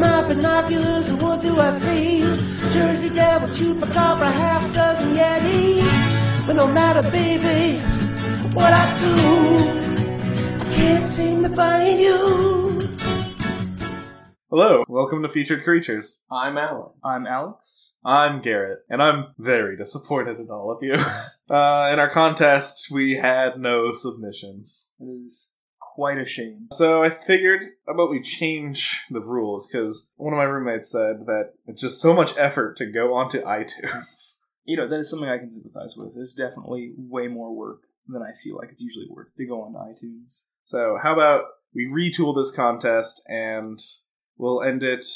got binoculars, and what do I see? Jersey Devil, Chupacabra, half dozen Yeti. But no matter, baby, what I do, I can't seem to find you. Hello, welcome to Featured Creatures. I'm Alan. I'm Alex. I'm Garrett, and I'm very disappointed in all of you. Uh, in our contest, we had no submissions. It is quite a shame. So I figured, how about we change the rules? Because one of my roommates said that it's just so much effort to go onto iTunes. You know, that is something I can sympathize with. It's definitely way more work than I feel like it's usually worth to go on iTunes. So how about we retool this contest and we'll end it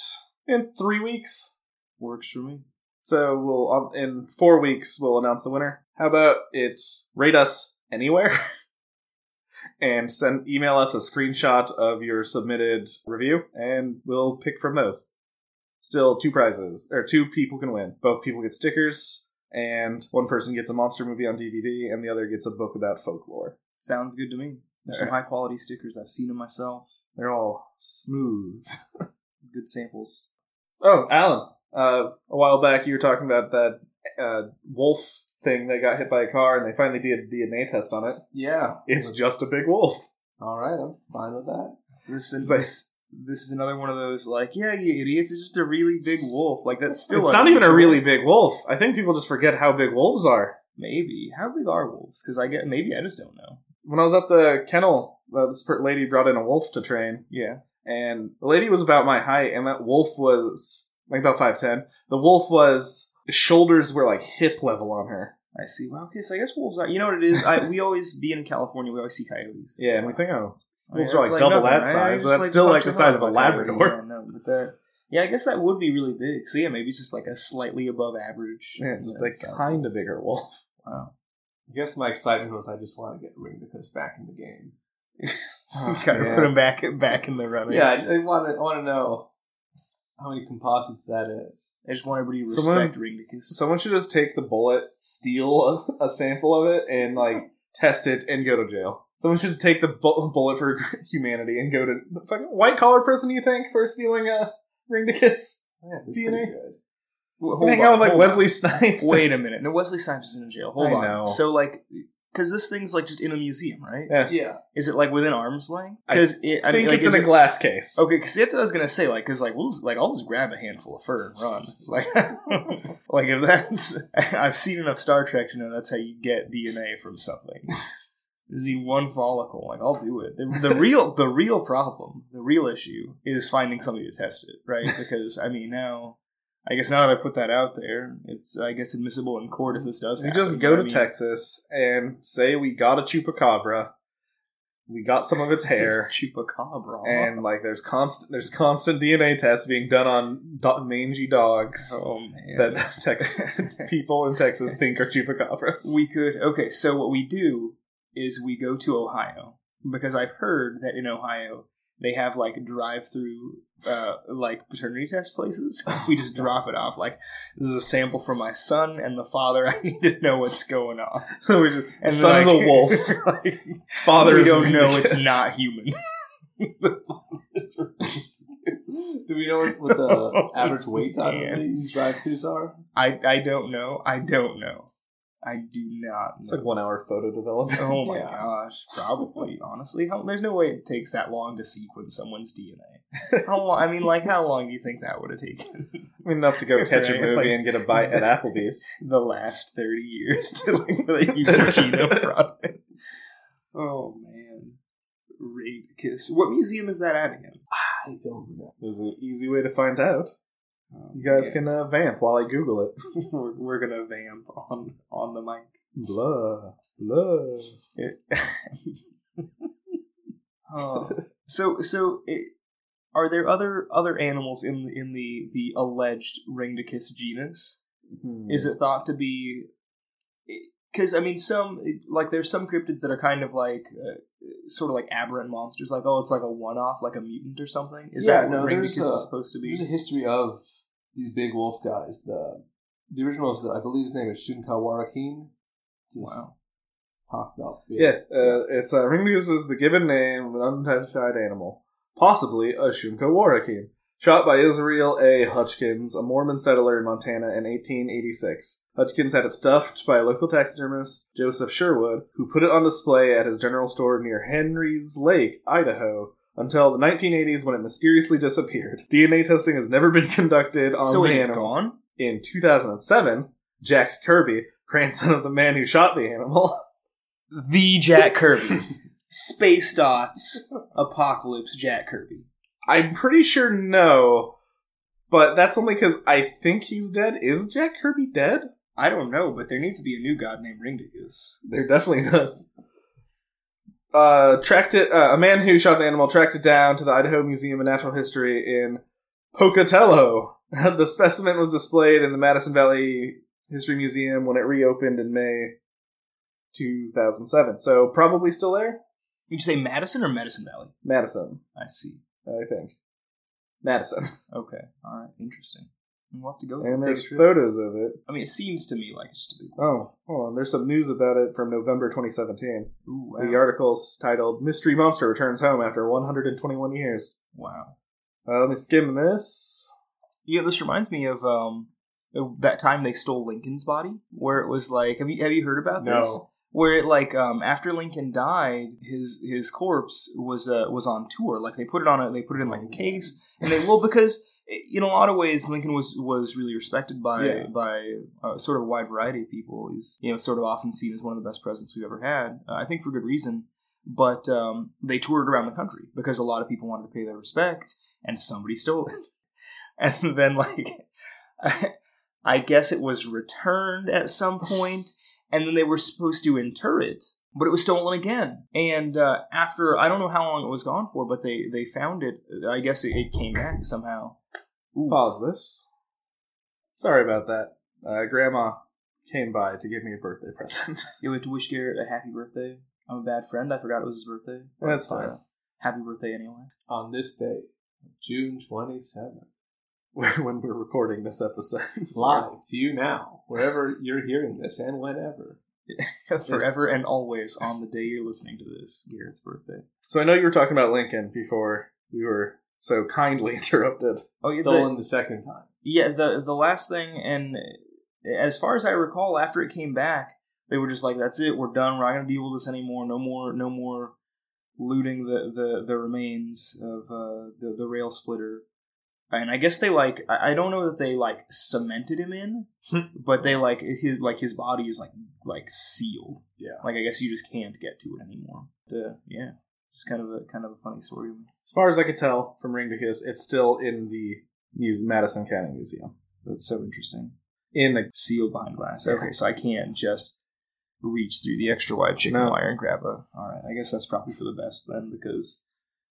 in three weeks? Works for me. So we'll um, in four weeks we'll announce the winner. How about it's rate us anywhere and send email us a screenshot of your submitted review, and we'll pick from those. Still two prizes or two people can win. Both people get stickers, and one person gets a monster movie on DVD, and the other gets a book about folklore. Sounds good to me. There's some high quality stickers. I've seen them myself. They're all smooth. Good samples. Oh, Alan. Uh, a while back, you were talking about that uh, wolf thing that got hit by a car, and they finally did a DNA test on it. Yeah. It's just a big wolf. All right, I'm fine with that. This It's is like- this, this is another one of those like, yeah, you idiots. It's just a really big wolf. Like that's still it's not even a unusual. really big wolf. I think people just forget how big wolves are. maybe. How big are wolves? Because I get maybe I just don't know. When I was at the kennel, uh, this per- lady brought in a wolf to train, Yeah. and the lady was about my height, and that wolf was like about five ten. The wolf was his shoulders were like hip level on her. I see. Well, okay, so I guess wolves are. You know what it is? I, we always be in California. We always see coyotes. Yeah, and we think, oh, I mean, wolves are like, that's double nothing, that right? size, It's but just that's still like punch the the size of heart a out coyote. Labrador. Yeah, no, but that. Yeah, I guess that would be really big. So yeah, maybe it's just like a slightly above average. Yeah, you just know, like size. kind of bigger wolf. Wow. I guess my excitement was I just want to get Ringdicus back in the game. You gotta Yeah. put him back back in the running. Oh, yeah, I, I want to I want to know how many composites that is. I just want everybody to Someone- respect Ringdicus. Someone should just take the bullet, steal a, a sample of it, and like test it and go to jail. Someone should take the bu- bullet for humanity and go to fucking white collar prison. You think for stealing a ring to kiss? Yeah, that's DNA? pretty good. Well, And hold hang on, out with like hold on. Wesley Snipes. Wait a minute. No, Wesley Snipes is in jail. Hold I on. know. So like, because this thing's like just in a museum, right? Yeah. Yeah, Is it like within arm's length? I Because it, I I think mean, like, it's is in a it- glass case. Okay, because that's what I was gonna say. Like, cause like we'll just, like I'll just grab a handful of fur and run. Like, like if that's I've seen enough Star Trek to know that's how you get DNA from something. Just need one follicle. Like I'll do it. The, the real the real problem, the real issue is finding somebody to test it, right? Because I mean now. I guess now that I put that out there, it's I guess admissible in court if this does. We happen, just but go I to mean- Texas and say we got a chupacabra. We got some of its hair. Chupacabra. And like, there's constant, there's constant DNA tests being done on do- mangy dogs. oh man, that Tex- people in Texas think are chupacabras. We could. Okay, so what we do is we go to Ohio because I've heard that in Ohio they have like drive-through uh, like paternity test places. We just drop it off. Like this is a sample for my son and the father. I need to know what's going on. so we just, And son then, is like- a wolf. like, Father we is don't know Regis. it's not human. Do we know what, what Oh, the average wait time of these drive-throughs are? I I don't know. I don't know. I do not. It's Know. like one hour photo development. Oh my Yeah. gosh, probably. Honestly, how, there's no way it takes that long to sequence someone's DNA. How long? I mean, like, how long do you think that would have taken? I mean, enough to go catch a Right, movie like- and get a bite at Applebee's. The last thirty years to like for the human genome project. Oh man, raid kiss. What museum is that at again? I don't know. There's an easy way to find out. You guys can uh, vamp while I Google it. can. We're, we're gonna vamp on on the mic. Blah blah. Oh. so so it, are there other other animals in the in the the alleged Rhingdicus genus? Is it thought to be? Because I mean, some eh, like there's some cryptids that are kind of like uh, sort of like aberrant monsters. Like oh, it's like a one-off, like a mutant or something. Is Yeah, that no, what Rhingdicus there's a- is supposed to There's a be? history of these big wolf guys. The the original is the, I believe his name is Shunka Warakin. It's this Wow. talked about. bit. Yeah, uh, it's uh, Ringnews is the given name of an unidentified animal, possibly a Shumka warakim. Shot by Israel A. Hutchkins, a Mormon settler in Montana in 1886. Hutchkins had it stuffed by a local taxidermist, Joseph Sherwood, who put it on display at his general store near Henry's Lake, Idaho, until the 1980s when it mysteriously disappeared. DNA testing has never been conducted on so the wait, it's animal. gone. In 2007, Jack Kirby, grandson of the man who shot the animal, The Jack Kirby, Space Dots, Apocalypse, Jack Kirby. I'm pretty sure no, but that's only because I think he's dead. Is Jack Kirby dead? I don't know, but there needs to be a new god named Ringdickus. There definitely does. Uh, tracked it. Uh, a man who shot the animal tracked it down to the Idaho Museum of Natural History in Pocatello. the specimen was displayed in the Madison Valley History Museum when it reopened in May 2007. So probably still there. Did you say Madison or Madison Valley? Madison, I see. I think. Madison. Okay, all right, interesting. We'll have to go. And take a there's trip. photos of it. I mean, it seems to me like it's just a big. Oh, hold on. There's some news about it from November 2017. Ooh, The article's titled "Mystery Monster Returns Home After 121 Years." wow. Uh, let me skim this. Yeah, this reminds me of um of that time they stole Lincoln's body, where it was like, have you have you heard about this? No. Where it like um after Lincoln died, his his corpse was uh was on tour. Like they put it on a they put it in like a case, and they well because eh, in a lot of ways Lincoln was was really respected by Yeah. by uh, sort of a wide variety of people. He's you know sort of often seen as one of the best presidents we've ever had. Uh, I think for good reason. But um, they toured around the country because a lot of people wanted to pay their respects, and somebody stole it and then like I guess it was returned at some point, and then they were supposed to inter it, but it was stolen again. And uh, after I don't know how long it was gone for, but they they found it. I guess it, it came back somehow. Pause this. Sorry about that. Uh, Grandma came by to give me a birthday present. You have to wish Garrett a happy birthday. I'm a bad friend. I forgot it was his birthday. That's But, fine. uh, happy birthday anyway. on this day, June 27th, when we're recording this episode, live to you now, wherever you're hearing this and whenever. Forever and always on the day you're listening to this, Garrett's birthday. So I know you were talking about Lincoln before we were so kindly interrupted. Oh, yeah, the- Stolen the second time. Yeah, the the last thing, and as far as I recall, after it came back, they were just like, "That's it, we're done. We're not going to deal with this anymore. No more, no more looting the the, the remains of uh, the the rail splitter." And I guess they like I I don't know that they like cemented him in, but they like his like his body is like like sealed. Yeah. like I guess you just can't get to it anymore. The, yeah, it's kind of a kind of a funny story. As far as I could tell from Ring to Kiss, it's still in the Muse- Madison County Museum. That's so interesting. In a sealed behind glass. Yeah. Okay, so I can't just reach through the extra wide chicken No. wire and grab a. All right, I guess that's probably for the best then, because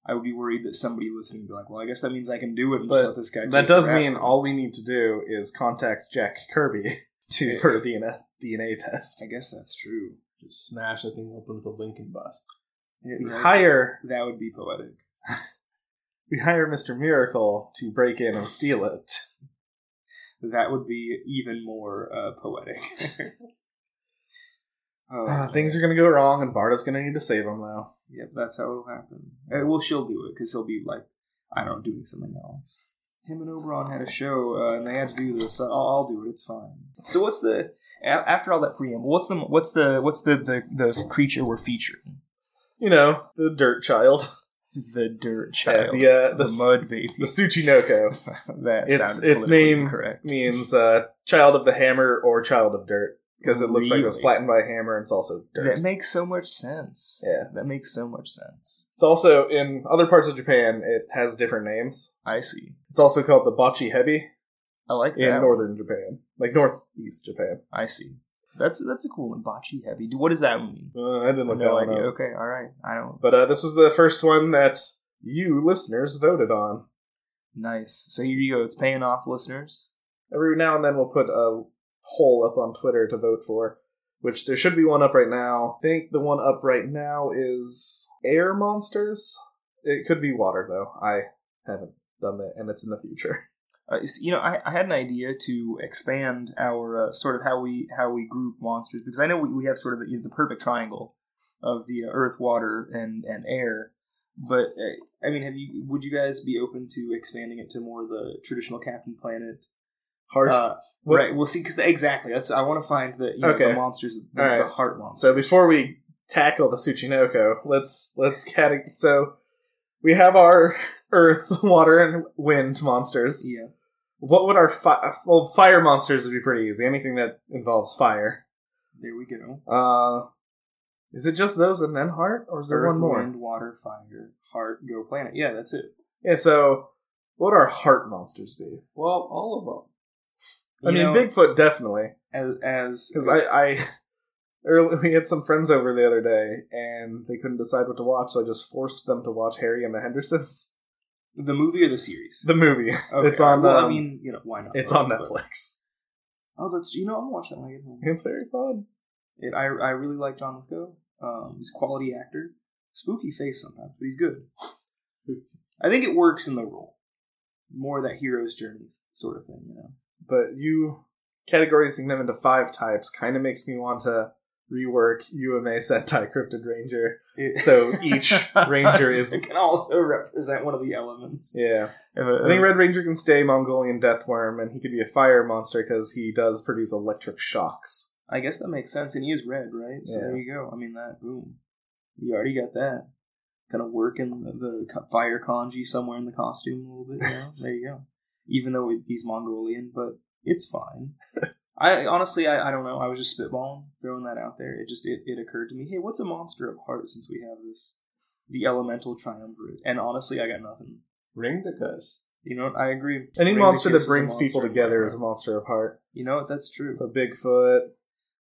I would be worried that somebody listening would be like, "Well, I guess that means I can do it." And just But let this guy. take That does crap." mean all we need to do is contact Jack Kirby to for a DNA DNA test. I guess that's true. Just smash the thing open with a Lincoln bust. It- We that- hire That would be poetic. we hire Mr. Miracle to break in and steal it. That would be even more uh, poetic. Oh, Uh, things are gonna go wrong, and Barda's gonna need to save him though. Yep, that's how it'll happen. Uh, well, she'll do it because he'll be like, I don't know, doing something else. Him and Oberon had a show, uh, and they had to do this. I'll, I'll do it. It's fine. So what's the a- after all that preamble? What's the what's the what's the the, the creature we're featuring? You know, the Dirt Child, The dirt Yeah, child, the uh, the, the, s- mud baby. the Tsuchinoko that It's- sounded its politically name- correct. means uh, child of the hammer or child of dirt because it looks like it was Really? flattened by a hammer, and it's also dirt. That makes so much sense. Yeah. that makes so much sense. It's also in other parts of Japan. It has different names. I see. It's also called the Bachi Hebi I like in that. one. northern Japan, like northeast Japan. I see. That's that's a cool one. Bocce heavy. What does that mean? Uh, I didn't look no that one idea. up. Okay, all right. I don't. But uh, this was the first one that you listeners voted on. Nice. So here you go. It's paying off, listeners. Every now and then we'll put a poll up on Twitter to vote for, which there should be one up right now. I think the one up right now is air monsters. It could be water though. I haven't done that, and it's in the future. Uh, it's- you know, I, I had an idea to expand our uh, sort of how we how we group monsters because I uh, know we, we have sort of the, the perfect triangle of the earth, water, and and air, But uh, I mean, have you? Would you guys be open to expanding it to more of the traditional Captain Planet? Heart. Uh, What- right. We'll see. Because exactly, that's I want to find the you know, Okay. the monsters, the, All right. the heart monster. So before we tackle the Tsuchinoko, let's let's cate- so we have our earth, water, and wind monsters. Yeah. What would our fi- well fire monsters would be pretty easy. Anything that involves fire. There we go. Uh, is it just those and then heart, or is there Earth, one more? wind, water, fire, heart, go planet. Yeah, that's it. Yeah. So what would our heart monsters be? Well, all of them. I You mean, know, Bigfoot definitely. as, as Because I, I early, we had some friends over the other day, and they couldn't decide what to watch, so I just forced them to watch Harry and the Hendersons, the movie or the series. the movie. Okay, it's on, Well, I um, mean, you know, why not? It's on But- Netflix. Oh, that's you know, I'm watching it when I get home. It's very fun. It, I I really like John Lithgow. Um, he's a quality actor. Spooky face sometimes, but he's good. I think it works in the role. More that hero's journey sort of thing, you know. But you categorizing them into five types kind of makes me want to rework UMA Sentai Cryptid Ranger. It- So each ranger is- It can also represent one of the elements. Yeah. If a- I think Red Ranger can stay Mongolian Deathworm, and he could be a fire monster because he does produce electric shocks. I guess that makes sense, and he is red, right? So Yeah. there you go. I mean, that boom, you already got that. Kind of working the, the co- fire kanji somewhere in the costume a little bit. You know? there you go. Even though he's Mongolian, but it's fine. I honestly, I, I don't know. I was just spitballing, throwing that out there. It just it, it occurred to me. Hey, what's a monster of heart since we have this the elemental triumvirate? And honestly, I got nothing. Ring the cuss. You know, I agree. Any Ring the monster Kiss is that a brings monster people of together heart. is a monster of heart. You know what? That's true. So Bigfoot,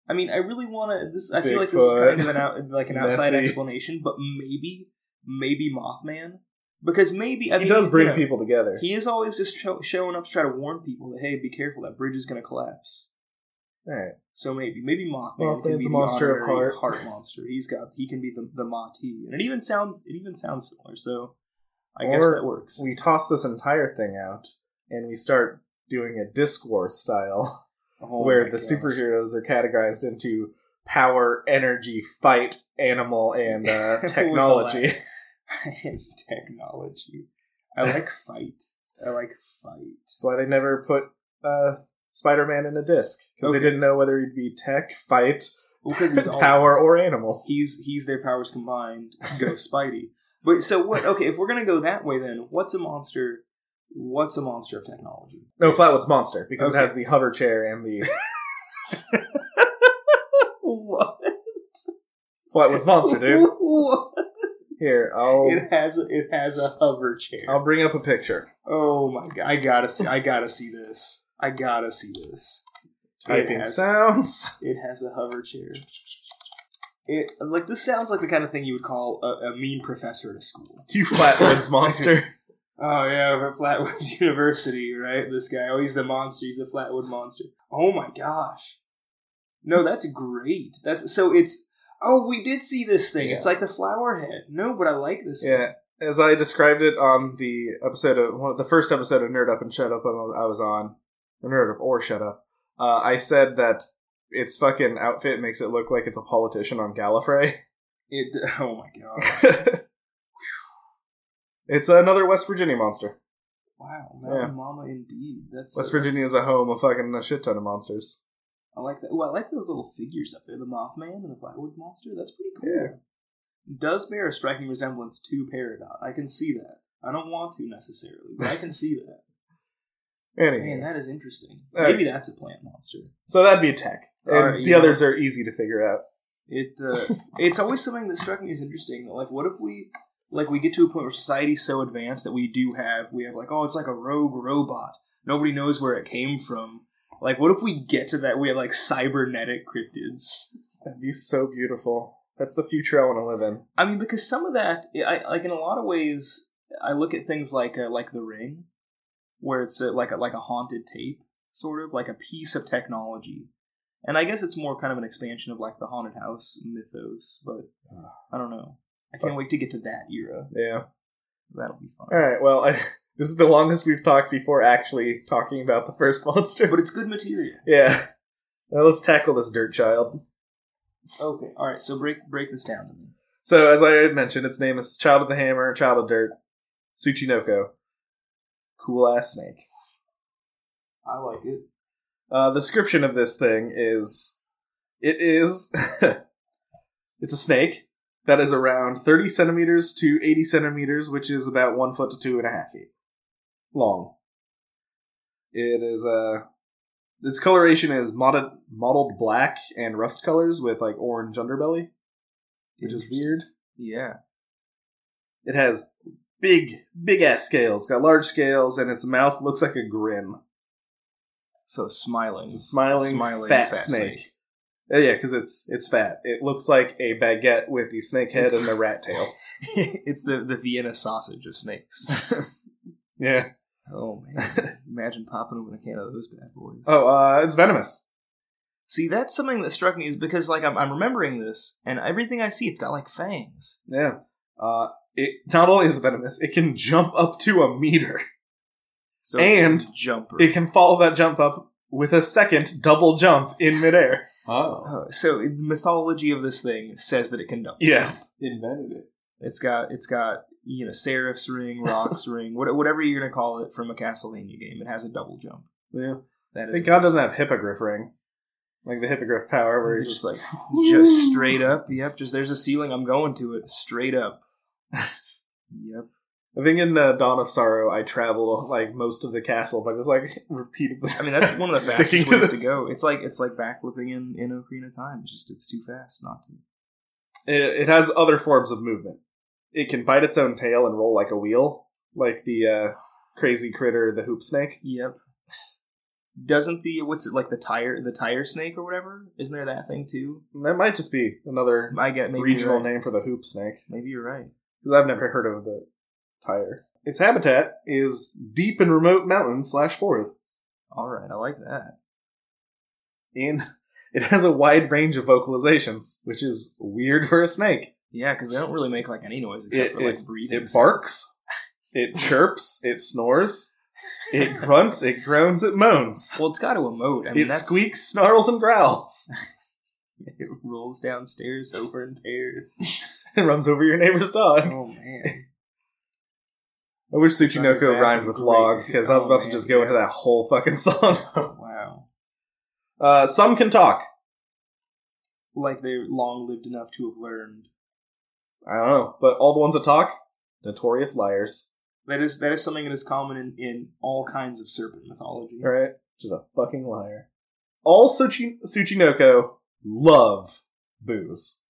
I mean, I really want to. This I feel like this is Bigfoot. kind of an out, like an outside Nessie. explanation, but maybe, maybe Mothman, because maybe I he mean, does you bring know, people together. He is always just show, showing up to try to warn people that hey, be careful, that bridge is going to collapse. All right. So maybe, maybe Mothman can Mothman's be a the monster of honorary heart. monster. He's got he can be the the Mati, and it even sounds it even sounds similar. So I Or guess that works. We toss this entire thing out, and we start doing a discourse style. Oh where my the gosh. superheroes are categorized into power, energy, fight, animal, and uh, What was the technology. last- technology. I like fight. I like fight. That's why they never put uh, Spider-Man in a disc because Okay. they didn't know whether he'd be tech, fight, because he's all, power, or animal. he's he's their powers combined. Go Spidey. But so what? Okay, if we're gonna go that way, then what's a monster? What's a monster of technology? No, Flatwood's monster because Okay. it has the hover chair and the What? Flatwood's monster, dude. Oh. What? Here, I'll It has a, it has a hover chair. I'll bring up a picture. Oh my god! I gotta see. I gotta see this. I gotta see this. Typing has- sounds. It has a hover chair. It like this sounds like the kind of thing you would call a, a mean professor at a school. You Flatwood's monster. Oh yeah, over at Flatwood University, right? This guy, oh, he's the monster. He's the Flatwood monster. Oh my gosh! No, that's great. That's so. It's oh, we did see this thing. It's like the flower head. No, but I like this. thing. Yeah, as I described it on the episode of one of the first episode of Nerd Up and Shut Up I was on, or Nerd Up or Shut Up, uh, I said that its fucking outfit makes it look like it's a politician on Gallifrey. It. Oh my god! it's another West Virginia monster. Wow. Yeah. Mountain Mama, indeed. That's West that's- Virginia is a home of fucking a shit ton of monsters. I like that. Well, I like those little figures up there, the Mothman and the Flatwood Monster. That's pretty cool. Does bear a striking resemblance to Peridot. I can see that. I don't want to necessarily, but I can see that. Man, Anyway, that is interesting. Alright. Maybe that's a plant monster. so that'd be tech, and Alright, the yeah. others are easy to figure out. It uh, it's always something that struck me as interesting. Like, what if we like we get to a point where society's so advanced that we do have we have like oh it's like a rogue robot. Nobody knows where it came from. Like, what if we get to that? We have like cybernetic cryptids. That'd be so beautiful. That's the future I want to live in. I mean, because some of that, I I- like in a lot of ways, I look at things like uh, like The Ring, where it's uh like a, like a haunted tape, sort of like a piece of technology, and I guess it's more kind of an expansion of like the haunted house mythos. But I don't know. I can't wait to get to that era. Yeah. That'll be fun. All right. Well, I, this is the longest we've talked before actually talking about the first monster. But it's good material. yeah. Now let's tackle this dirt child. Okay. All right. So break break this down to me. So, as I had mentioned, its name is Child of the Hammer, Child of Dirt, Tsuchinoko. Cool ass snake. I like it. Uh, the description of this thing is it is it's a snake that is around 30 centimeters to 80 centimeters, which is about one foot to two and a half feet long. It is Uh, its coloration is mottled, mottled black and rust colors with like orange underbelly, which is Interesting. weird. Yeah. It has big, big ass scales. It's got large scales, and its mouth looks like a grin. So smiling. It's a smiling, Smiling fat, fat snake. snake. Uh, Yeah, because it's it's fat. It looks like a baguette with the snake head It's- and the rat tail. it's the, the Vienna sausage of snakes. Yeah. oh man. Imagine popping open a can of those bad boys. Oh, uh, it's venomous. See, that's something that struck me is because like I'm, I'm remembering this, and everything I see, it's got like fangs. Yeah. Uh, it not only is it venomous, it can jump up to a meter. So it's a And jumper. It can follow that jump up with a second double jump in midair. Oh, Oh, so the mythology of this thing says that it can dump. Yes. invented it. It's got it's got you know Seraph's ring, Rock's ring, what- whatever you're gonna call it from a Castlevania game. It has a double jump. Yeah. That is Thank God it doesn't have hippogriff ring, like the hippogriff power, where It's you just just like Woo. just straight up. Yep, just there's a ceiling. I'm going to it straight up. yep. I think in uh, Dawn of Sorrow, I traveled like most of the castle by just like repeatedly. I mean that's one of the Sticking fastest to ways to this. go. It's like it's like backflipping in in Ocarina of Time. It's just it's too fast not to. It, it has other forms of movement. It can bite its own tail and roll like a wheel, like the uh, crazy critter, the hoop snake. Yep. Doesn't the what's it like the tire the tire snake or whatever? Isn't there that thing too? That might just be another I get maybe regional you're right. name for the hoop snake Maybe you're right. because I've never heard of the tire. Its habitat is deep and remote mountains slash forests, All right, I like that. and it has a wide range of vocalizations, which is weird for a snake. Yeah, because they don't really make like any noise except It, for like it's- breathing. it barks, it chirps, it snores, it grunts, it groans, it moans. Well, it's got to emote. I mean, it that's squeaks, snarls, and growls. it rolls downstairs over in pairs. and runs over your neighbor's dog. oh man, I wish That'd be Tsuchinoko bad. rhymed with Great. log because I was Oh, about to man, just go yeah. into that whole fucking song. wow. Uh, some can talk. Like they're long lived enough to have learned. I don't know, but all the ones that talk, notorious liars. That is that is something that is common in, in all kinds of serpent mythology. All right, just a fucking liar. All Tsuchi- Tsuchinoko love booze.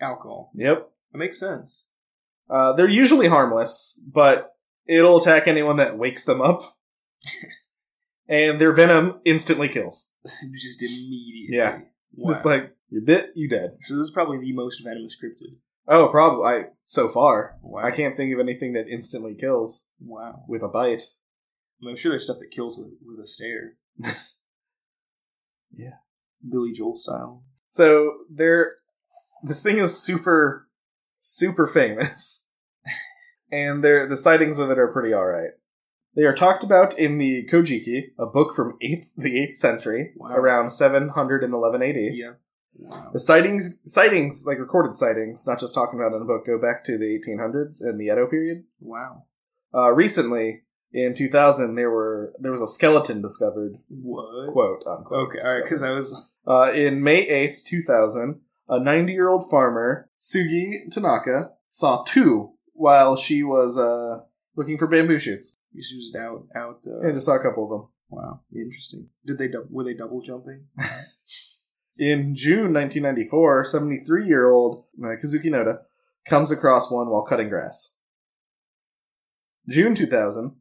Alcohol. Yep. It makes sense. Uh, they're usually harmless, but it'll attack anyone that wakes them up. and their venom instantly kills. Just immediately. Yeah. Wow. It's like you bit, you dead. So this is probably the most venomous cryptid. Oh, probably I, so far. Wow. I can't think of anything that instantly kills Wow. with a bite. I am sure there's stuff that kills with, with a stare. Yeah. Billy Joel style. So there, this thing is super, super famous, and there the sightings of it are pretty all right. They are talked about in the Kojiki, a book from eighth the eighth century, Wow. around seven hundred and eleven eighty. Yeah. Wow. The sightings, sightings like recorded sightings, not just talking about in a book, go back to the eighteen hundreds and the Edo period. Wow. Uh, recently, in two thousand, there were there was a skeleton discovered What? quote unquote. Okay, alright, because I was Uh, in May 8th, 2000, a 90 year old farmer, Sugi Tanaka, saw two while she was uh, looking for bamboo shoots. she was just out out uh, And just saw a couple of them. wow. Interesting. Did they dou- were they double jumping? In June 1994, 73 year old uh, Kazuki Noda comes across one while cutting grass. June 2000,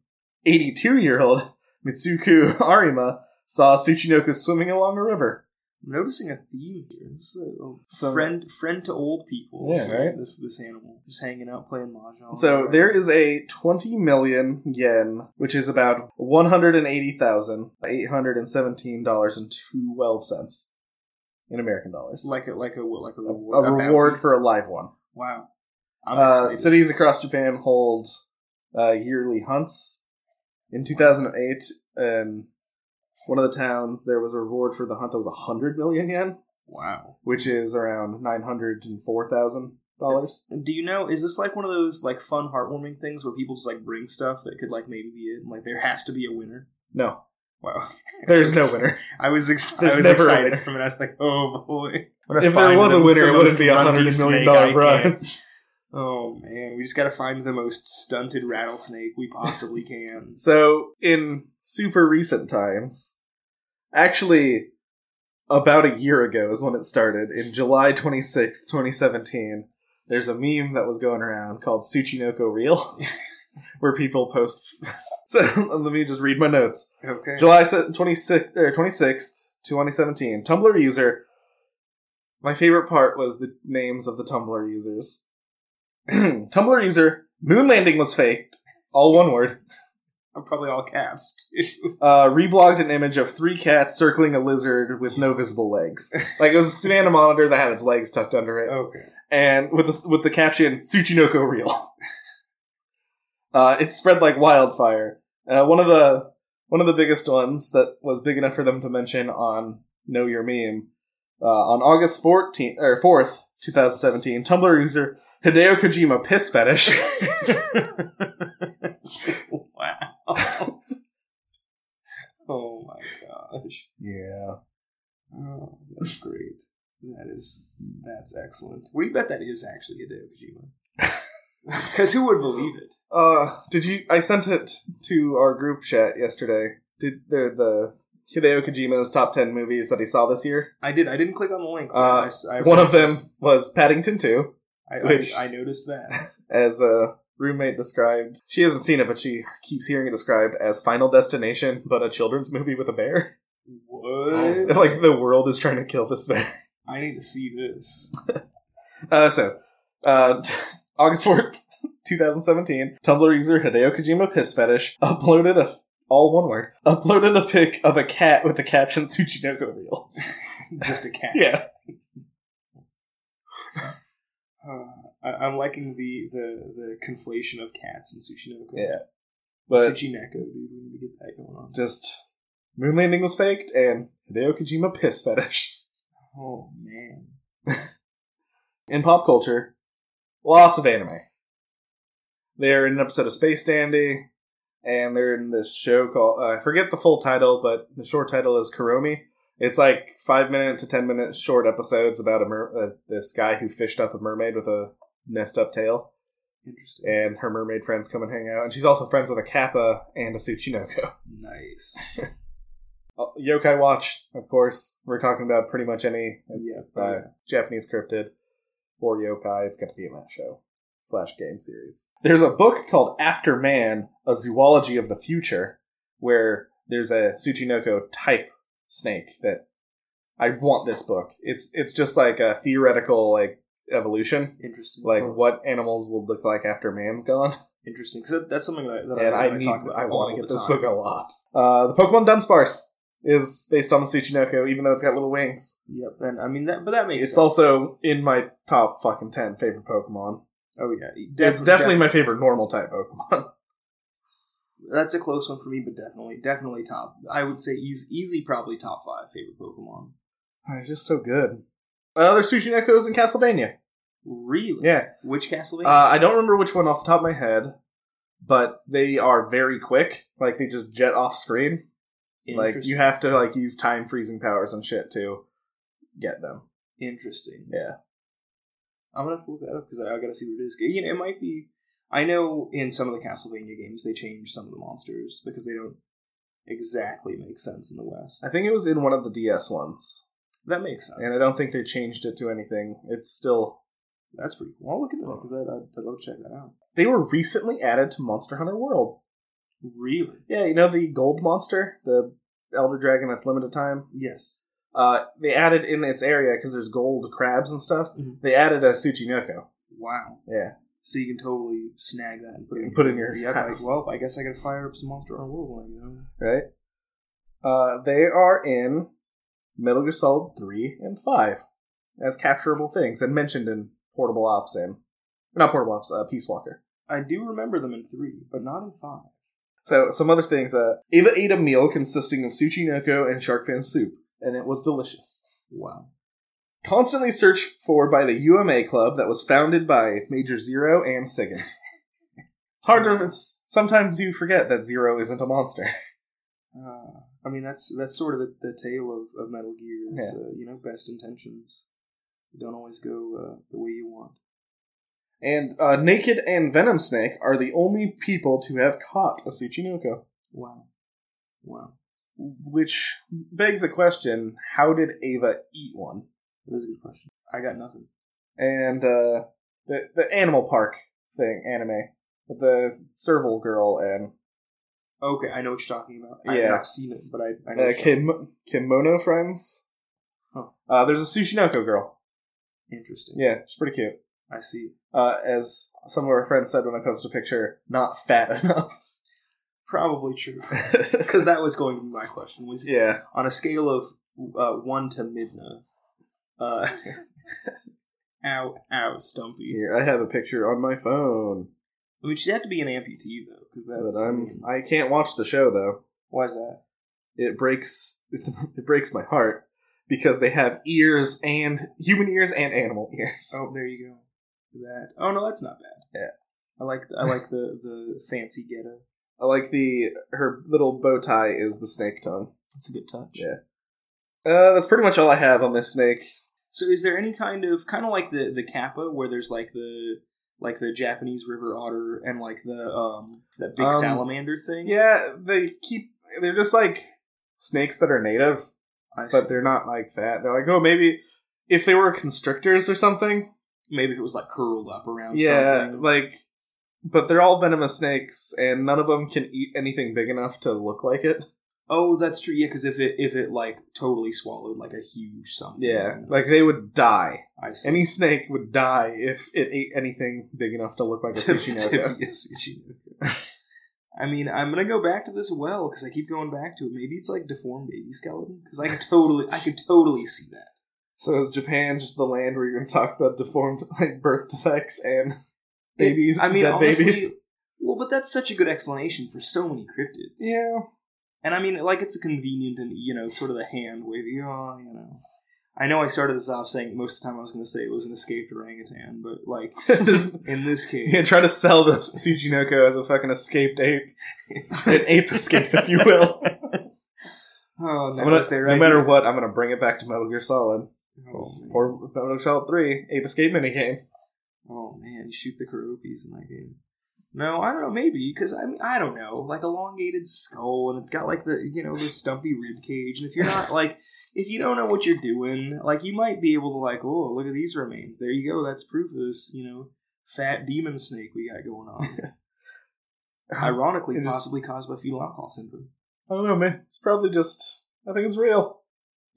82 year old Mitsuku Arima saw Tsuchinoko swimming along a river. I'm noticing a theme here. This is a- a So- friend friend to old people. Yeah, right? This this animal. Just hanging out playing Mahjong. So there is a 20 million yen, which is about $180,817.12 in American dollars. like a like a what, like a a reward. bounty? reward for a live one. Wow. I'm Uh, excited. cities across Japan hold uh, yearly hunts. In 2008, in um, one of the towns, there was a reward for the hunt that was 100 million yen, wow. which is around 904,000. dollars. Do you know? Is this like one of those like fun, heartwarming things where people just like bring stuff that could like maybe be it? Like there has to be a winner. No, Wow, there's no winner. I was ex- I There's was never a excited winner. from it. I was like, oh boy. If there was a winner, it wouldn't be a hundred million dollar prize. Oh man, we just gotta find the most stunted rattlesnake we possibly can. So, in super recent times, actually, about a year ago is when it started. In July 26th, 2017, there's a meme that was going around called Tsuchinoko Reel, where people post. so, let me just read my notes. Okay. July se- er, 26th, or 26th, 2017. Tumblr user. My favorite part was the names of the Tumblr users. Tumblr user, moon landing was faked. All one word. I'm probably all caps too. Uh, reblogged an image of three cats circling a lizard with no visible legs. Like it was a Savannah monitor that had its legs tucked under it Okay. and with the, with the caption "Tsuchinoko real." uh, it spread like wildfire. Uh, one of the one of the biggest ones that was big enough for them to mention on Know Your Meme uh, on August fourteenth or fourth, two thousand seventeen. Tumblr user Hideo Kojima piss fetish Wow. oh my gosh. Yeah. Oh, that's great. That is that's excellent. What do you bet that is actually Hideo Kojima? Because who would believe it? Uh, did you? I sent it to our group chat yesterday. Did they're the Hideo Kojima's top ten movies that he saw this year? I did. I didn't click on the link. Uh, I s- I- One of them was Paddington Two. I, I- which- I noticed that. as a roommate described. She hasn't seen it, but she keeps hearing it described as Final Destination, but a children's movie with a bear. What? like the world is trying to kill this bear. I need to see this. Uh, so, uh, August fourth, two thousand seventeen, Tumblr user Hideo Kojima Piss Fetish uploaded a all one word uploaded a pic of a cat with the caption "Tsuchinoko Real." Just a cat. yeah, Uh, I, I'm liking the, the the conflation of cats and Tsushinoko. Yeah, but Tsushinoko, dude. We need to get that going on. just moon landing was faked and Hideo Kojima Piss Fetish. Oh man. in pop culture, lots of anime. They're in an episode of Space Dandy, and they're in this show called uh, I forget the full title, but the short title is Karomi. It's like five minute to ten minute short episodes about a mer- uh, this guy who fished up a mermaid with a messed up tail, Interesting. and her mermaid friends come and hang out. And she's also friends with a kappa and a Tsuchinoko. Nice. Uh, Yokai Watch, of course. We're talking about pretty much any it's, Yeah. uh, Japanese cryptid or yokai. It's going to be in that show slash game series. There's a book called After Man, A Zoology of the Future, where there's a Tsuchinoko type snake that I want this book. It's it's just like a theoretical like evolution, Interesting. like what animals will look like after man's gone interesting. Because that, that's something that, I- that and I, I, that need, talk about. I want all to get the this time. book a lot. Uh, the Pokemon Dunsparce is based on the Tsuchinoko, even though it's got little wings. Yep. And I mean that, but that makes It's sense. also in my top fucking ten favorite Pokemon. oh yeah. it's definitely my favorite normal type Pokemon. that's a close one for me, but definitely, definitely top. I would say easy, easy, probably top five favorite Pokemon. Ah, it's just so good. Uh, there's Tsuchinokos in Castlevania. Really? Yeah, Which Castlevania? uh, I don't remember which one off the top of my head, but they are very quick. Like they just jet off screen. Like Interesting. you have to like use time freezing powers and shit to get them. Interesting. Yeah. I'm gonna have to look that up because I, I gotta see what it is. You know, it might be. I know in some of the Castlevania games they change some of the monsters because they don't exactly make sense in the West. I think it was in one of the DS ones. That makes sense. and I don't think they changed it to anything. It's still That's pretty cool. I'll look into that because I'd, I'd, I'd love to check that out. they were recently added to Monster Hunter World. Really? Yeah, you know the gold monster, the elder dragon that's limited time. Yes. Uh, they added in its area because there's gold crabs and stuff. Mhm. They added a Tsuchinoko. Wow. Yeah, So you can totally snag that and put it And put it in your Yep, house. Like, well, I guess I gotta fire up some Monster Hunter World one. You know. right. Uh, they are in Metal Gear Solid three and five as capturable things and mentioned in Portable Ops and not Portable Ops, uh, Peace Walker. I do remember them in three, but not in five. So some other things. Uh, Ava ate a meal consisting of suchinoko and shark fin soup, and it was delicious. Wow. Constantly searched for by the UMA club that was founded by Major Zero and Sigint. It's hard to. It's sometimes you forget that Zero isn't a monster. Uh, I mean, that's that's sort of the, the tale of, of Metal Gear. Is, uh, you know, best intentions don't always go uh, the way you want. And uh, Naked and Venom Snake are the only people to have caught a Tsuchinoko. Wow, wow, Which begs the question how did Ava eat one? that is a good question. I got nothing. and uh, the the Animal Park thing anime with the serval girl and Okay, I know what you're talking about. I've Yeah. not seen it, but I, I know. uh, what you're talking Kim Kimono friends. Huh. Uh, there's a Sushinoko girl. about. Interesting. Yeah, she's pretty cute. I see. Uh, as some of our friends said when I posted a picture, not fat enough. Probably true, because that was going to be my question. Was yeah, on a scale of uh, one to Midna. Uh, ow, ow, Stumpy. here I have a picture on my phone, I mean, she'd have to be an amputee though, because that's. but I I'm mean, I can't watch the show though. why is that? It breaks it breaks my heart because they have ears and human ears and animal ears. Oh, there you go. That. Oh no, that's not bad. Yeah. I like I like the the fancy ghetto. I like the her little bow tie is the snake tongue. It's a good touch. Yeah. Uh, that's pretty much all I have on this snake. So, is there any kind of kind of like the the kappa where there's like the like the Japanese river otter and like the um that big Um, salamander thing? Yeah, they keep they're just like snakes that are native, I see. but they're not like fat. They're like, oh, maybe if they were constrictors or something. maybe if it was like curled up around. yeah, something. like, but they're all venomous snakes, and none of them can eat anything big enough to look like it. Oh, that's true. Yeah, because if it if it like totally swallowed like a huge something. Yeah, like they would die. I see. Any snake would die if it ate anything big enough to look like a To- to Tsuchinoko. be a Tsuchinoko. I mean, I'm gonna go back to this well because I keep going back to it. Maybe it's like deformed baby skeleton because I could totally, I could totally see that. So is Japan just the land where you're going to talk about deformed like birth defects and babies, I mean, dead honestly, babies? Well, but that's such a good explanation for so many cryptids. Yeah, and I mean, like it's a convenient and you know, sort of the hand wavy. Oh, you know. I know I started this off saying most of the time I was going to say it was an escaped orangutan, but like There's- in this case, yeah. Try to sell the Tsuchinoko as a fucking escaped ape, an ape escape, if you will. Oh, and I'm that gonna, was their no idea. matter what, I'm gonna bring it back to Metal Gear Solid. Oh, man. Or Metal Gear Solid Three, Ape Escape minigame. Oh, man, you shoot the Karopis in that game. No, I don't know. Maybe because I mean I don't know, like elongated skull, and it's got like the you know the stumpy rib cage, and if you're not like if you don't know what you're doing, like you might be able to like, oh, look at these remains. There you go. That's proof of this. You know, fat demon snake we got going on. Ironically, It is- possibly caused by fetal alcohol syndrome. I don't know, man. It's probably just. I think it's real.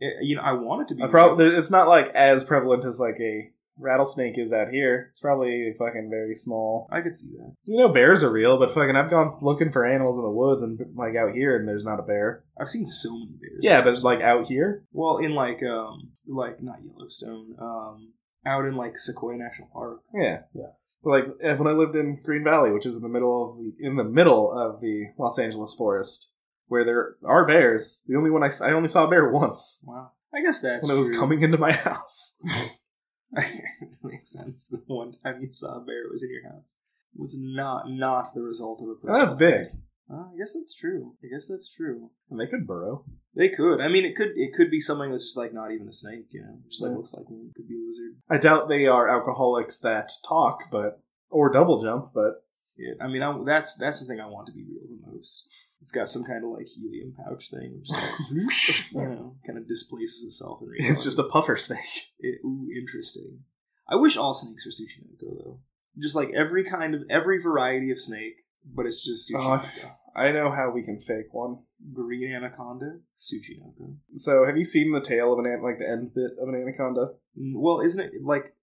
Eh, you know, I want it to be. I probably it's not like as prevalent as like a rattlesnake is out here. It's probably fucking very small. I could see that. You know bears are real, but fucking I've gone looking for animals in the woods and like out here and there's not a bear. I've seen so many bears. Yeah, but it's like out here. Well, in like um like not Yellowstone, um out in like Sequoia National Park. Yeah. Yeah. But, Like eh, when I lived in Green Valley, which is in the middle of the in the middle of the Los Angeles forest, where there are bears. The only one I, s- I only saw a bear once Wow. I guess that's when it was true. coming into my house. makes sense. The one time you saw a bear was in your house was not not the result of a Now, person. that's big, I guess that's true. I guess that's true. and they could burrow. They could. I mean, it could. It could be something that's just like not even a snake. You know, just like Yeah. looks like one. Could be a lizard. I doubt they are alcoholics that talk, but or double jump, but Yeah, I mean, I, that's that's the thing I want to be real the most. It's got some kind of like helium pouch thing, which like, you know, kind of displaces itself. In it's just a puffer snake. It, ooh, interesting. I wish all snakes were Tsuchinoko though. Just like every kind of every variety of snake, but it's just Oh, I Tsuchinoko. f- I know how we can fake one. Green anaconda, Tsuchinoko. So, have you seen the tail of an an- like the end bit of an anaconda? Mm, Well, isn't it like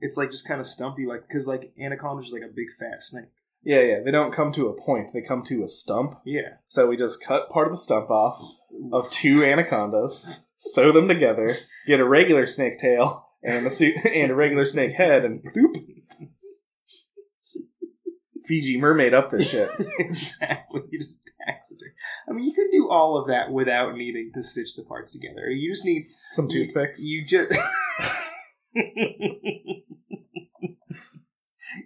it's like just kind of stumpy, like because like anaconda's just like a big fat snake. Yeah, yeah. They don't come to a point; they come to a stump. Yeah, So we just cut part of the stump off of two anacondas, sew them together, get a regular snake tail and a su- and a regular snake head, and boop. Fiji mermaid up this shit. exactly. You just taxidermy. I I mean, you could do all of that without needing to stitch the parts together. You just need Some toothpicks. you just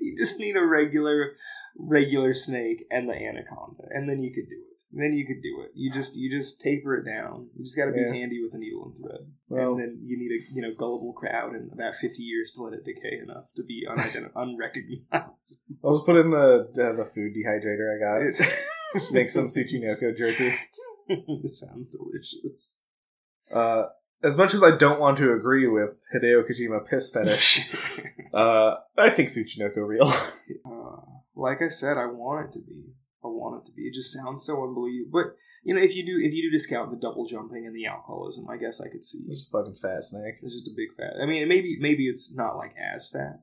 you just need a regular regular snake and the anaconda, and then you could do it. Then you could do it. You just you just taper it down. You just got to be Yeah. handy with a needle and thread, Well- and then you need a you know gullible crowd in about fifty years to let it decay enough to be unident- unrecognized. I'll just put in the uh, the food dehydrator I got. It- Make some Tsuchinoko jerky. it sounds delicious. Uh, as much as I don't want to agree with Hideo Kojima piss fetish, uh, I think Tsuchinoko real. Uh, like I said, I want it to be. I want it to be. It just sounds so unbelievable. But you know, if you do if you do discount the double jumping and the alcoholism, I guess I could see Just a fucking fat snake. it's just a big fat. I mean, maybe maybe it's not like as fat,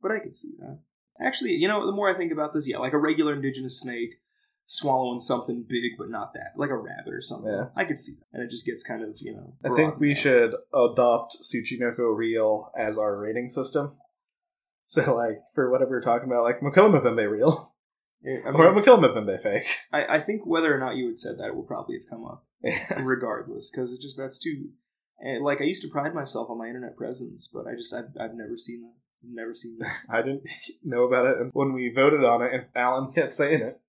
but I could see that. Actually, you know, the more I think about this, yeah, like a regular indigenous snake swallowing something big, but not that, like a rabbit or something. Yeah. I could see that, and it just gets kind of you know. I think broadened we out. should adopt Tsuchinoko real as our rating system. So, like, for whatever you're talking about, like, Makoma Bembe real. I, Or mean, Makoma Bembe fake. I, I think whether or not you had said that, it would probably have come up. Yeah. regardless because it just that's too and like i used to pride myself on my internet presence but i just i've, I've never seen that never seen that I didn't know about it and when we voted on it, and Alan kept saying it.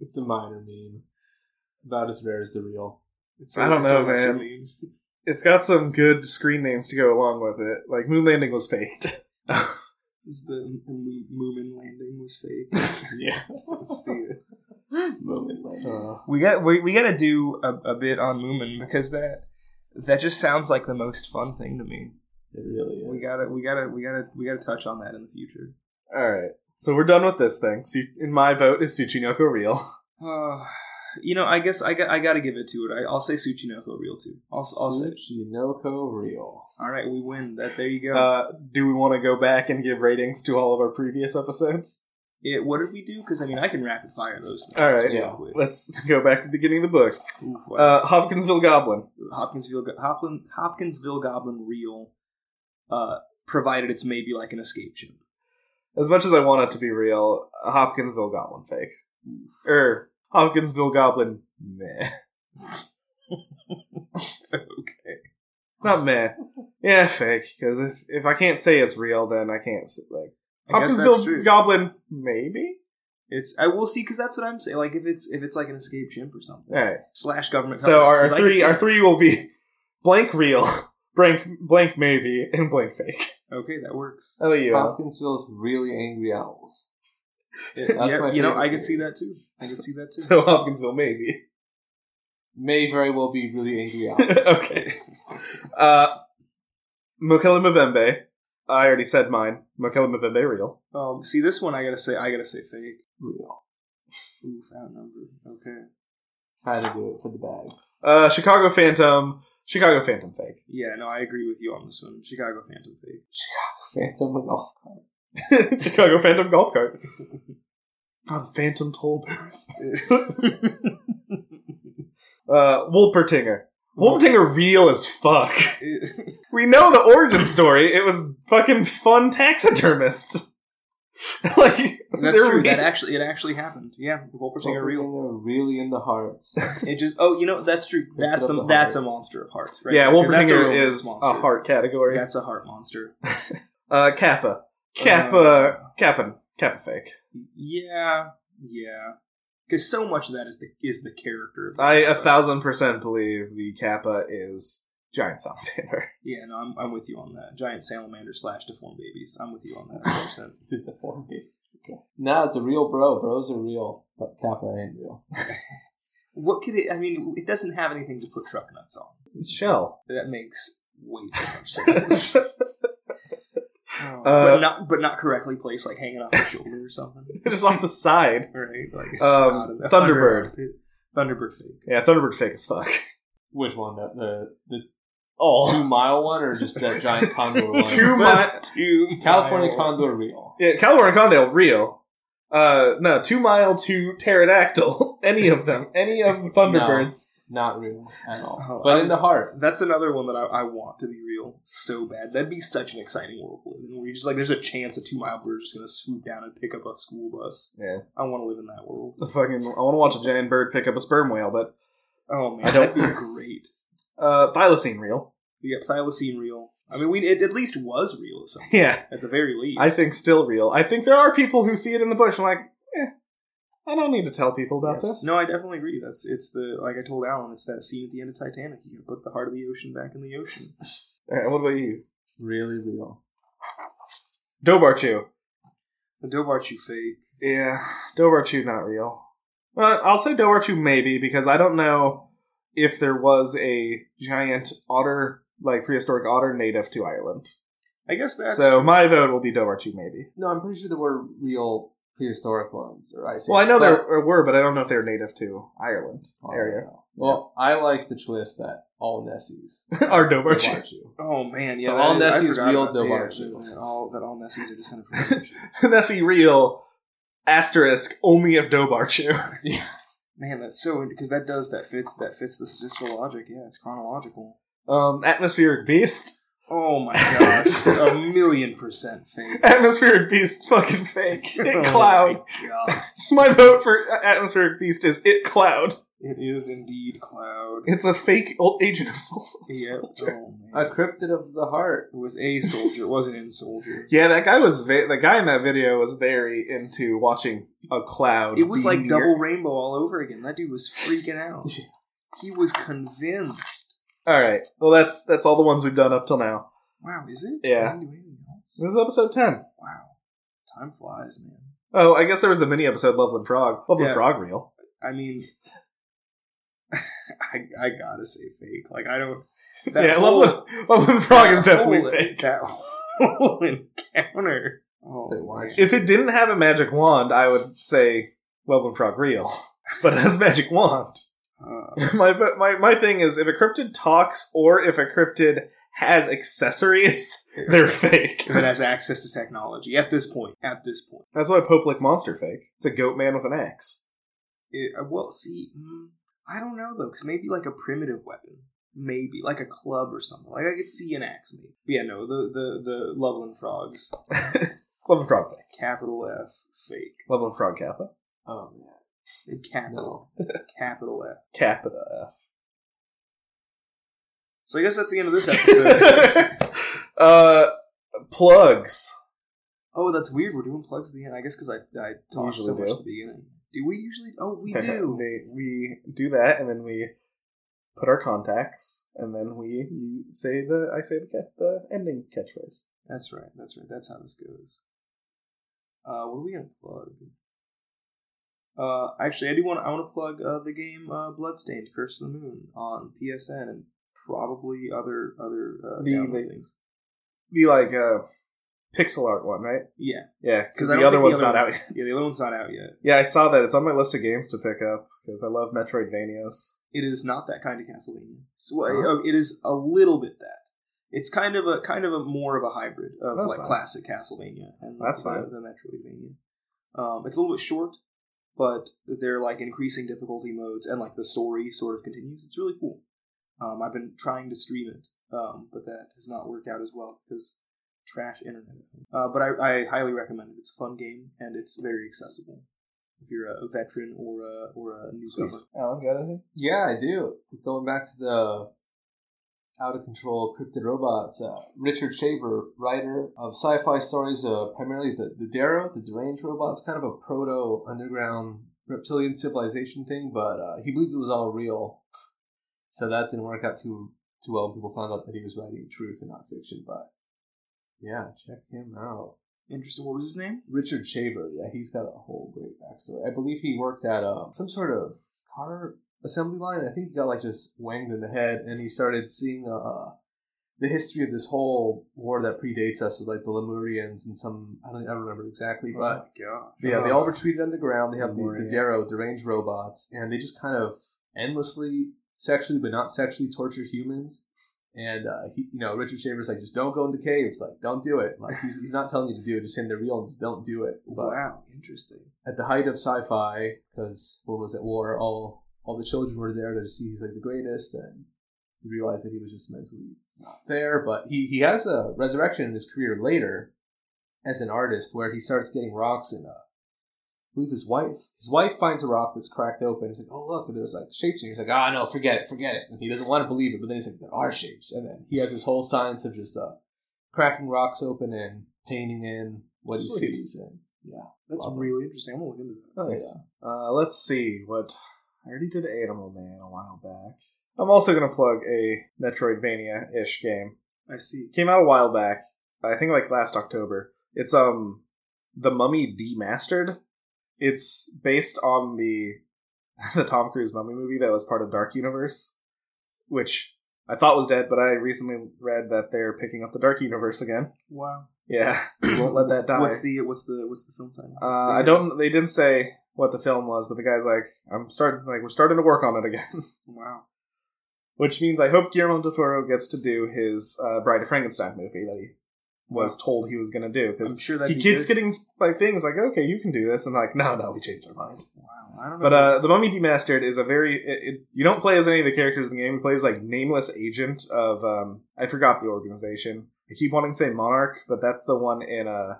It's a minor meme. About as rare as the real. It's I don't know, it's- it's- It's got some good screen names to go along with it. Like, Moon Landing was faked. it's the the Mo- moomin landing was fake Yeah. It's the- Moment later. Uh, we got we, we got to do a, a bit on moomin because that that just sounds like the most fun thing to me It really is. we gotta we gotta we gotta we gotta touch on that in the future Alright. So we're done with this thing. Su- in my vote is Tsuchinoko real. uh, you know i guess i got i gotta give it to it I, i'll say tsuchinoko real too i'll, I'll say Tsuchinoko real. all right we win that there you go Uh, do we want to go back and give ratings to all of our previous episodes? It, what did we do? Because I mean, I can rapid fire those things. All right, real yeah. quick. Let's go back to the beginning of the book. Ooh, wow. Uh, Hopkinsville Goblin. Hopkinsville, Hopkin, Hopkinsville Goblin Real, uh, provided it's maybe like an escape chimp. As much as I want it to be real, a Hopkinsville Goblin fake. Er, Hopkinsville Goblin meh. okay. Not meh. Yeah, fake. Because if, if I can't say it's real, then I can't say, like. I guess that's Hopkinsville true. Goblin, maybe? It's I will see because that's what I'm saying. Like if it's if it's like an escape chimp or something Alright. slash government. So our, our company. 'Cause I could three say- our three will be blank real, blank blank maybe, and blank fake. okay, that works. How about you? Alan? Hopkinsville's really angry owls. It- that's yeah, my you know, favorite I can theory. see that too. I can see that too. So Hopkinsville maybe. May very well be really angry owls. okay. Uh, Mokele Mbembe. I already said mine. Mokele Mbembe real. um, see this one, I gotta say, I gotta say fake. real. Oof, outnumbered. Okay. Had to do it for the bag. Uh, Chicago Phantom. Chicago Phantom fake. Yeah, no, I agree with you on this one. Chicago Phantom fake. Phantom of all. Chicago Phantom golf cart. Oh, the Phantom toll booth. uh, Wolpertinger. Wolpertinger real as fuck. We know the origin story. It was fucking fun taxidermist. like That's they're true. real. That Oh, actually it actually happened. Yeah, Wolpertinger real. Wolverine really in the hearts. It just oh, you know that's true. That's up the the that's a heart. monster of hearts. Right yeah, there, 'cause that's a Wolpertinger romance is a monster. heart category. That's Oh, a heart monster. Uh, Kappa. Kappa. Kappa. Kappa fake. Yeah, yeah. Because so much of that is the is the character. Of the I a character. thousand percent believe the Kappa is giant salamander. yeah, no, I'm, I'm with you on that. Giant salamander slash deformed babies. I'm with you on that. 100%. okay. Now it's a real bro. Bros are real, but Kappa ain't real. what could it? I mean, it doesn't have anything to put truck nuts on. It's shell. That makes way too much sense. just Oh, Uh, but not but not correctly placed, like hanging off the shoulder or something. off the side. Right? Like it's Um, out of the- Thunderbird. Thunderbird. Thunderbird fake. Yeah, Thunderbird fake as fuck. Which one? The the, the Oh, two mile one or just that giant condor one? two mi- Two California mile- condor real. Yeah, California Condale real. Uh, no, too mild to pterodactyl. any of them. Any of the Thunderbirds. Not real at all. Oh, but I- in the heart. That's another one that I, I want to be real so bad. That'd be such an exciting world to live in. Where you just like, there's a chance a two mile bird is just gonna swoop down and pick up a school bus. Yeah. I want to live in that world. The fucking, I want to watch a giant bird pick up a sperm whale, but, Oh man, I don't- that'd be great. uh, thylacine reel. The thylacine reel. I mean, we it at least was real at some Yeah. at the very least. I think still real. I think there are people who see it in the bush and like, eh, I don't need to tell people about Yeah. this. No, I definitely agree. That's it's the like I told Alan. It's that scene at the end of Titanic. You gotta put the heart of the ocean back in the ocean. All right, Eh, what about you? Really real. Dobarchu. The Dobarchu fake. Yeah, Dobarchu not real. But I'll say Dobarchu maybe because I don't know if there was a giant otter, like prehistoric otter, native to Ireland. I guess that's so true. my vote will be Dobarchu maybe. No, I'm pretty sure there were real prehistoric ones or ice. Well, I age, know but- there were, but I don't know if they're native to Ireland Oh, area. Well, I like the twist that all Nessies Are Dobarchu. Dobarchu. Oh man, yeah. So that is- all I Nessies forgot real about that. Dobarchu. Yeah, that all that all Nessies are descended from Dobarchu. Nessie real asterisk only if Dobarchu. Man, that's so because that does that fits that fits the statistical logic. Yeah, it's chronological. Um, atmospheric beast. Oh my gosh, a million percent fake. Atmospheric beast, fucking fake. It Oh cloud. my God. My vote for atmospheric beast is it cloud. It is indeed cloud. It's a fake old agent of Sol- Yeah. Soldier. Oh man. A cryptid of the heart. it was a soldier. It wasn't in soldier. Yeah, that guy was ve- the guy in that video was very into watching a cloud. It was be like near- double rainbow all over again. That dude was freaking out. He was convinced. All right, well that's that's all the ones we've done up till now. Wow, is it? Yeah. I didn't do anything else. This is episode ten. Wow. Time flies, man. Oh, I guess there was the mini episode Loveland Frog. Loveland Yeah. Frog reel. I mean, I, I gotta say fake. Like I don't. yeah, whole- Loveland, Loveland Frog is that definitely whole- fake. That whole encounter. Oh, Wait, why? man. If it didn't have a magic wand, I would say Loveland Frog real. But it has a magic wand. Uh, my, my my thing is if a cryptid talks or if a cryptid has accessories, they're fake. if it has access to technology at this point, at this point, That's why Pope like monster fake. It's a goat man with an axe. It- uh, well, see, mm, I don't know though, because maybe like a primitive weapon, maybe like a club or something. Like I could see an axe, maybe. But yeah, no, the the the Loveland frogs, Loveland frog fake. capital F, fake, Loveland frog kappa. Oh man, Big capital, no. capital F. Capita F. So I guess that's the end of this episode. uh, plugs. oh, that's weird. We're doing plugs at the end, I guess, because I I talked so usually much do. at the beginning. Do we usually? Oh, we do. They- we do that, and then we put our contacts, and then we you say the I say the cat, the ending catchphrase. That's right. That's right. That's how this goes. Uh, what are we gonna plug? Uh, actually, I do want. I want to plug uh, the game uh, Bloodstained: Curse of the Moon on PSN and probably other other uh, The- download the- things. Be like a pixel art one, right? Yeah, Yeah, because I the don't other think one's not out. yet. Yeah, the other one's not out yet. Yeah, I saw that. It's on my list of games to pick up because I love Metroidvanias. It is not that kind of Castlevania. So It's uh, not? oh, it is a little bit that. It's kind of a kind of a more of a hybrid of That's like fine. classic Castlevania and That's the, fine. the Metroidvania. Um, it's a little bit short, but they're like increasing difficulty modes and like the story sort of continues. It's really cool. Um, I've been trying to stream it, um, but that has not worked out as well because trash internet. Uh, but I, I highly recommend it. It's a fun game and it's very accessible if you're a, a veteran or a or a newcomer. Alan, got anything? Yeah, I do. Going back to the out of control cryptid robots. Uh, Richard Shaver, writer of sci-fi stories, uh, primarily the the Darrow, the deranged robots, kind of a proto underground reptilian civilization thing. But uh, he believed it was all real, so that didn't work out too too well. People found out that he was writing truth and not fiction. But yeah, check him out. Interesting. What was his name? Richard Shaver, yeah, he's got a whole great backstory. I believe he worked at um, some sort of car assembly line. I think he got like just wanged in the head, and he started seeing uh, the history of this whole war that predates us with like the Lemurians and some I don't, I don't remember exactly, Oh but my god. yeah, they all retreated underground. They have the, the Lemuria. Darrow, deranged robots, and they just kind of endlessly sexually, but not sexually, torture humans. And uh, he, you know, Richard Chambers like just don't go in the caves, like don't do it. Like he's, he's not telling you to do it, just saying they're real and just don't do it. But wow, interesting. at the height of sci-fi, because when it was at war, all all the children were there to see he's like the greatest, and you realize that he was just mentally not there. But he he has a resurrection in his career later as an artist, where he starts getting rocks and uh, I believe his wife his wife finds a rock that's cracked open. He's like, oh look, and there's like shapes, and he's like, ah no, forget it, forget it. And he doesn't want to believe it, but then he's like, there are shapes, and then he has this whole science of just uh, cracking rocks open and painting in what Sweet. he sees, and yeah. That's Love it. really interesting. I'm gonna look into that. Nice. Uh, let's see what I already did. Animal Man a while back. I'm also gonna plug a Metroidvania-ish game. I see. Came out a while back. I think like last October. It's um the Mummy Demastered. It's based on the the Tom Cruise Mummy movie that was part of Dark Universe, which I thought was dead, but I recently read that they're picking up the Dark Universe again. Wow. Yeah, we won't let that die. What's the what's the what's the film title? What's Uh, the- I don't. They didn't say what the film was, but the guy's like, "I'm starting. Like, we're starting to work on it again," Wow. which means I hope Guillermo del Toro gets to do his uh, Bride of Frankenstein movie that he was told he was going to do I'm because sure that he keeps getting like things like, "Okay, you can do this," and like, "No, no, we changed our mind." Wow. I don't know. But uh, the Mummy Demastered is a very it, it, you don't play as any of the characters in the game. You play as like nameless agent of um, I forgot the organization. I keep wanting to say Monarch, but that's the one in uh,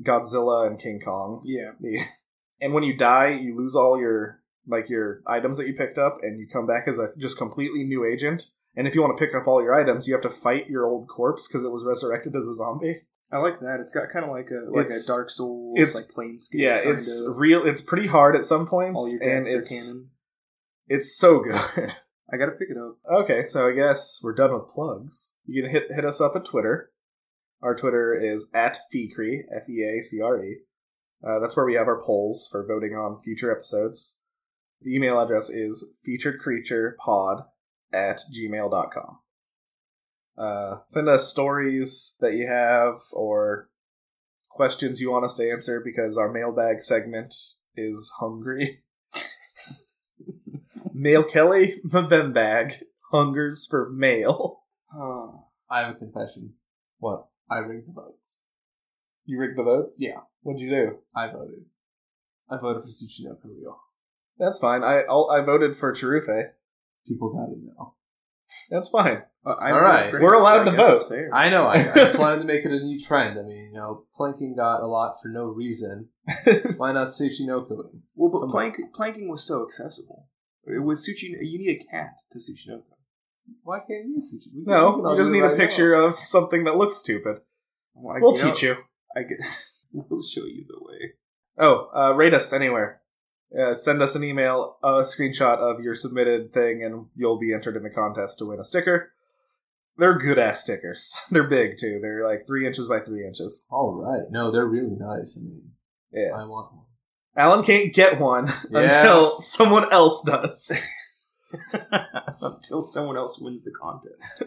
Godzilla and King Kong. yeah. The- and when you die, you lose all your like your items that you picked up, and you come back as a just completely new agent. And if you want to pick up all your items, you have to fight your old corpse because it was resurrected as a zombie. I like that. It's got kind of like a like It's- a Dark Souls, it's- like planescape. Yeah, kind it's of. real. It's pretty hard at some points, all your and deaths are it's canon. it's so good. I gotta pick it up. okay, so I guess we're done with plugs. You can hit hit us up at Twitter. Our Twitter is at Feacre, F E A C R E. Uh, that's where we have our polls for voting on future episodes. The email address is featuredcreaturepod at gmail.com. Uh, send us stories that you have or questions you want us to answer because our mailbag segment is hungry. Mail Kelly, Mbembag, hungers for mail. Oh, I have a confession. What? I rigged the votes. You rigged the votes? Yeah. What'd you do? I voted. I voted for Tsuchino for real. That's fine. I I'll, I voted for Chirufe. People gotta know. That's fine. Uh, I All voted right. for We're it, so allowed I to guess vote. it's fair. I know, I, I just wanted to make it a new trend. I mean, you know, planking got a lot for no reason. Why not Tsuchinoku? Well, but Come plank, planking was so accessible. With Tsuchino, you need a cat to Tsuchinoko. Why can't you Tsuchino? we can- we can No, all you just do it need a right picture now. of something that looks stupid. Well, I- We'll you know, teach you. I get, we'll show you the way. Oh, uh, rate us anywhere. Uh, send us an email, a screenshot of your submitted thing, and you'll be entered in the contest to win a sticker. They're good ass stickers. They're big too. They're like three inches by three inches. All right. No, they're really nice. I mean, Yeah. I want one. Alan can't get one Yeah. until someone else does. Until someone else wins the contest.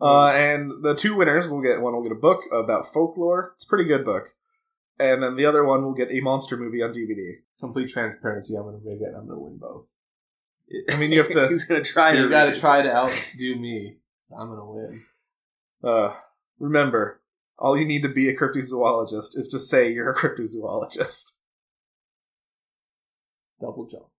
Uh, and the two winners will get one will get a book about folklore. It's a pretty good book. And then the other one will get a monster movie on DVD. Complete transparency. I'm gonna rig it. I'm gonna win both. I mean, you have to- He's gonna try. You to gotta read it. try to outdo me. I'm gonna win. Uh, remember, all you need to be a cryptozoologist is to say you're a cryptozoologist. Double jump.